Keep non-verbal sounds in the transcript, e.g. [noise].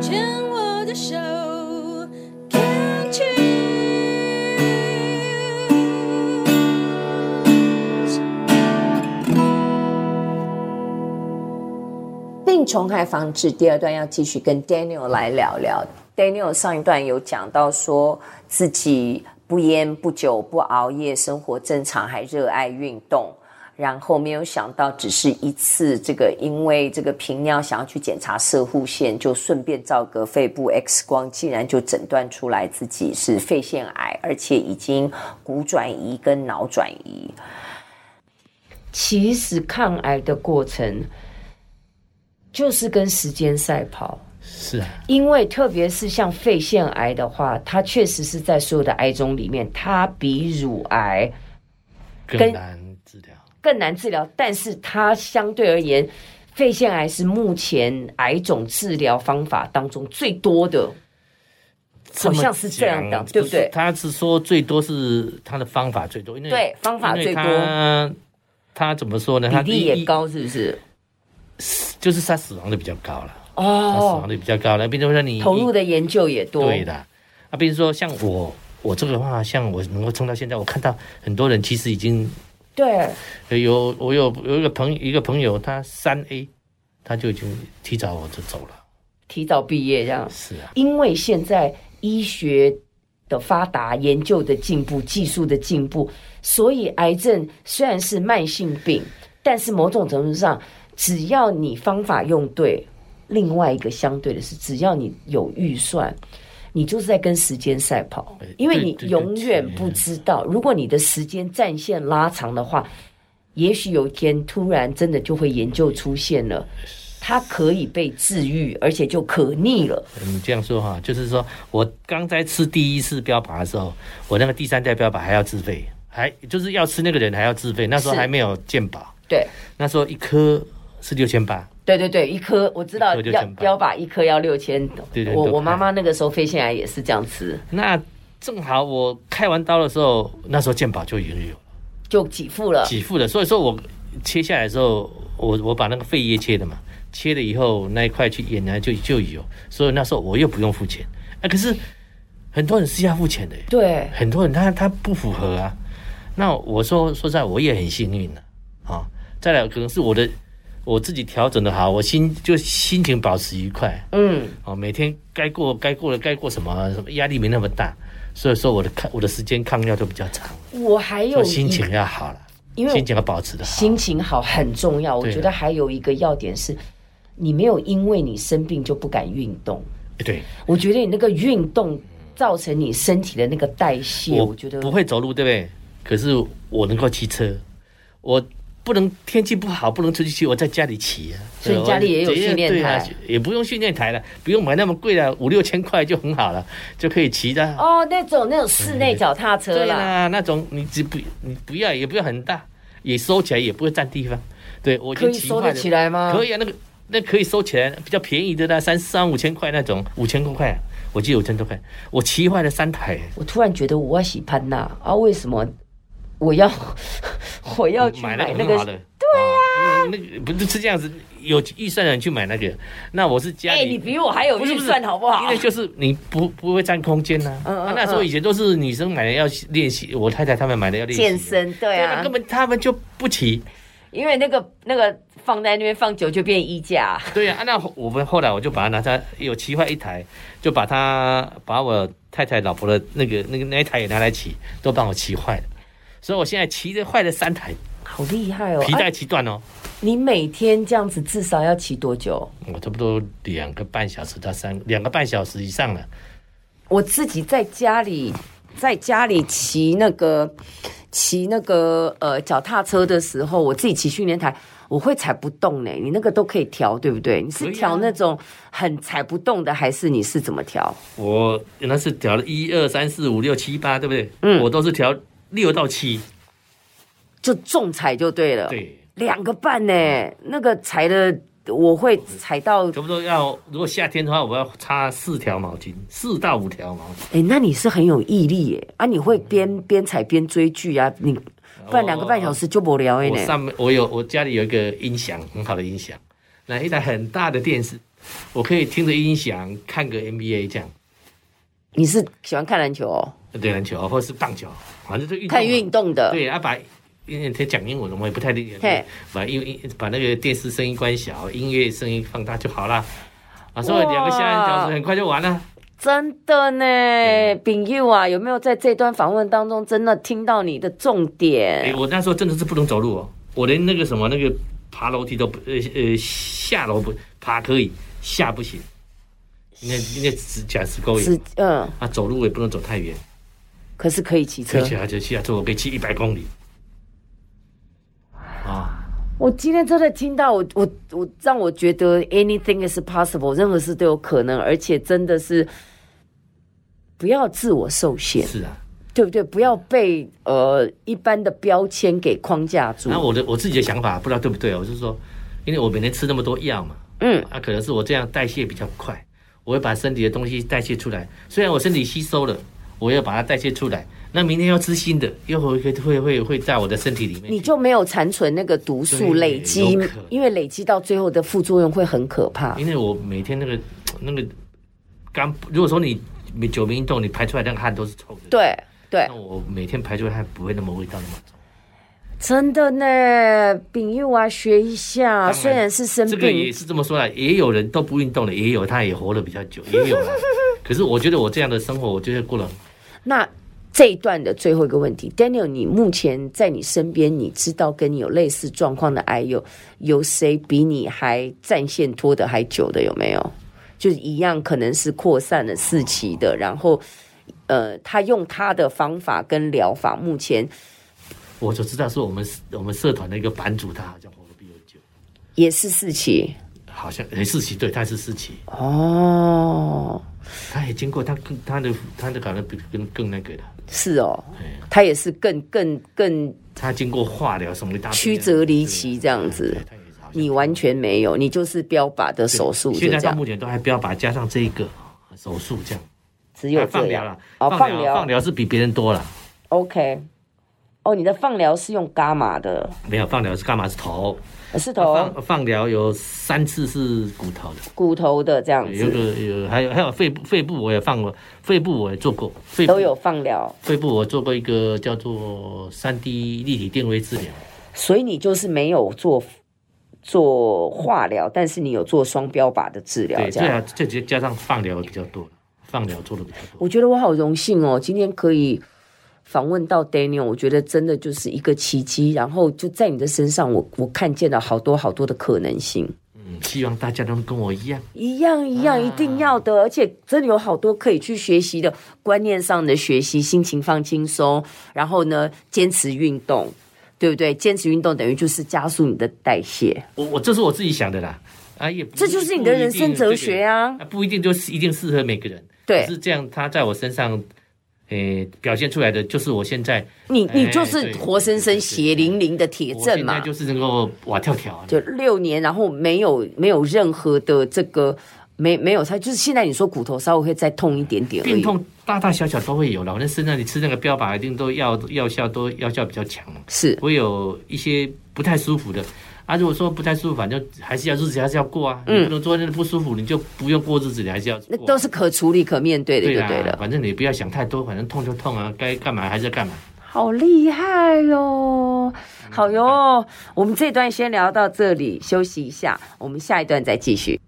牵我的手，Can't you？病虫害防治第二段要继续跟 Daniel 来聊聊。Daniel 上一段有讲到说自己不烟不酒不熬夜，生活正常，还热爱运动。然后没有想到，只是一次这个，因为这个频尿想要去检查射护腺，就顺便照个肺部 X 光，竟然就诊断出来自己是肺腺癌，而且已经骨转移跟脑转移。其实抗癌的过程就是跟时间赛跑，是啊，因为特别是像肺腺癌的话，它确实是在所有的癌种里面，它比乳癌更跟难治疗。更难治疗，但是它相对而言，肺腺癌是目前癌种治疗方法当中最多的。好像是这样的讲对不对是他是说最多是他的方法最多，因为对方法最多因为他他怎么说呢？比他例一也，高，是不是？就是他死亡率比较高了。他死哦亡，率比较高了，比如说你投入的的研究也多。对的啊，比如说像我我这个的话，像我能够撑到现在，我看到很多人其实已经对，有我有有一个朋一个朋友，他三 A，他就已经提早我就走了。提早毕业这样。是啊，因为现在医学的发达、研究的进步、技术的进步，所以癌症虽然是慢性病，但是某种程度上，只要你方法用对，另外一个相对的是，只要你有预算。你就是在跟时间赛跑哎，因为对你对对永远是不知道，如果你的时间战线拉长的话，也许有一天突然真的就会研究出现了，它可以被治愈，而且就可逆了。你嗯这样说哈，就是说我刚在吃第一次标靶的时候，我那个第三代标靶还要自费，还就是要吃那个人还要自费，那时候是还没有健保，对那时候一颗是六千八，对对对，一颗我知道一颗要6800标靶一颗要六千，对对我都我开妈妈那个时候肺腺癌也是这样吃，那正好我开完刀的时候，那时候健保就已经有了就给付了，给付了，所以说我切下来的时候，我我把那个肺叶切了嘛，切了以后那一块去演呢就就有，所以那时候我又不用付钱，啊，可是很多人是要付钱的耶，对很多人他他不符合啊。那我说说实在，我也很幸运了啊再来，可能是我的我自己调整的好，我心就心情保持愉快。嗯，哦，每天该过该过的该过什么什么压力没那么大，所以说我的抗我的时间抗药都比较长，我还有所一以心情要好了，因为心情要保持的好。心情好很重要，我对觉了得还有一个要点是，你没有因为你生病就不敢运动，哎对，我觉得你那个运动造成你身体的那个代谢，我觉得不会走路，对不对？可是我能够骑车，我不能天气不好不能出去骑，我在家里骑啊。所以你家里也有对我训练对啊台，也不用训练台了，不用买那么贵的，五六千块就很好了，就可以骑的。哦那种那种室内脚踏车嗯对啊啦，啦，那种你只不你不要也不要很大，也收起来也不会占地方。对我已可经以骑收坏得了起来吗？可以啊，那个那可以收起来，比较便宜的那三三五千块那种，五千多块，啊我记得五千多块，我骑坏了三台，我突然觉得我要洗潘娜啊，为什么我要 [laughs] 我要去买买那那个？个哎很好的，对啊，那个不是这样子，有预算的人去买那个，那我是家哎、里，你比我还有不是预不是算好不好？因为就是你不不会占空间呐、啊嗯嗯啊那时候嗯以前都是女生买的要练习，我太太她们买的要练习健，身对对啊啊，根，本她们就不骑，因为那个那个放在那边放久就变衣架，对呀、啊，那我们后来我就把它拿它有骑坏一台，就把它把我太太老婆的那个那个那一台也拿来骑，都帮我骑坏了，所以我现在骑的坏了三台，好厉害哦！皮带啊骑断哦，你每天这样子至少要骑多久？我差不多两个半小时到三两个半小时以上了，我自己在家里，在家里骑那个骑那个呃脚踏车的时候，我自己骑训练台，我会踩不动呢、你那个都可以调，对不对？你是可以啊调那种很踩不动的，还是你是怎么调？我那是调了一二三四五六七八，对不对？嗯我都是调六到七，就重踩就对哦了。，对，两个半呢、那个踩的我会踩到，差不多要如果夏天的话，我要擦四条毛巾，四到五条毛巾，哎、那你是很有毅力耶、啊！你会嗯边边踩边追剧啊，你不然两个半小时就不聊哎我呢。上面我有我家里有一个音响，很好的音响，那一台很大的电视，我可以听着音响看个 NBA 这样，你是喜欢看篮球哦？对篮球或者是棒球，反正就运动嘛看运动的，对啊，把因为他讲英文，我们也不太理嘿解，把英英把那个电视声音关小，音乐声音放大就好啦。啊，所以哇两个下来小时很快就完了。真的呢，嗯丙佑啊，有没有在这段访问当中真的听到你的重哎、点？我那时候真的是不能走路哦，我连那个什么那个爬楼梯都不呃呃下楼不爬可以，下不行，因为因为指甲是勾是引，嗯，啊，走路也不能走太远，可是可以骑车而。且而啊且下次我可以骑一百公里。啊，我今天真的听到我我我让我觉得 anything is possible，任何事都有可能，而且真的是不要自我受限，是啊。对不对？不要被呃一般的标签给框架住然。后我的我自己的想法不知道对不对，哦我是说，因为我每天吃那么多药嘛，嗯，啊，可能是我这样代谢比较快，我会把身体的东西代谢出来。虽然我身体吸收了，我要把它代谢出来。那明天要吃新的，又会会会会会在我的身体里面你。就没有残存那个毒素对累积有可能，因为累积到最后的副作用会很可怕。因为我每天那个那个肝，如果说你你久没运动，你排出来那个汗都是臭的。。对对那，我每天排出来的汗不会那么味道那么重。真的呢，丙佑啊，学一下，然虽然是生这个也病，是这么说啦，也有人都不运动的，也有他也活得比较久，也有 [laughs] 啦。可是我觉得我这样的生活，我觉得过了。那这一段的最后一个问题，Daniel，你目前在你身边，你知道跟你有类似状况的癌友，有谁比你还战线拖得还久的有没有？就是一样，可能是扩散了四期的，然后，呃，他用他的方法跟疗法，目前我所知道是我们我们社团的一个版主，他好像活得比我久，也是四期好像诶四期，对，他是四期，哦，他也经过他更他的他的可能比更更那个的，是哦哎，他也是更更更他经过化疗什么一大堆曲折离奇这样子对他也是好像你完全没有，你就是标靶的手术，就现这在到样，目前都还标靶加上这一个手术这样，只有啊这放样疗了，哦，放疗，放疗是比别人多了， OK，哦，你的放疗是用伽马的，没有放疗是干嘛是头，呃是头啊放放疗有三次是骨头的，骨头的这样有子，一个有还有还有肺部肺部我也放过，肺部我也做过，肺部都有放疗，肺部我做过一个叫做三 D 立体电位治疗，所以你就是没有做做化疗，但是你有做双标靶的治疗，对，啊这最样。好这就加上放疗比较多了，放疗做的比较多。我觉得我好荣幸哦，今天可以访问到 Daniel，我觉得真的就是一个奇迹。然后就在你的身上我，我看见了好多好多的可能性。嗯，希望大家都跟我一样，一样一样，一定要啊的，而且真的有好多可以去学习的观念上的学习，心情放轻松，然后呢，坚持运动，对不对？坚持运动等于就是加速你的代谢，我我这是我自己想的啦，啊也不这就是你的人生哲学啊！不一定这个啊不一定就是一定适合每个人，对可是这样他在我身上，诶、表现出来的就是我现在，你哎你就是对活生生对对对血淋淋的铁我证现嘛在，就是能够哇跳跳啊，就六年，然后没有没有任何的这个没没有，它就是现在你说骨头稍微会再痛一点点而病已，痛大大小小都会有了，那身上你吃那个标靶一定都药药效都药效比较强嘛。是会有一些不太舒服的。啊，如果说不太舒服，反正还是要日子还是要过啊。你不能说那不舒服，你就不用过日子，你还是要嗯那过啊都是可处理可面对的，对就啦对了。反正你不要想太多，反正痛就痛啊，该干嘛还是要干嘛。好厉害哟！好哟，我们这段先聊到这里，休息一下，我们下一段再继续。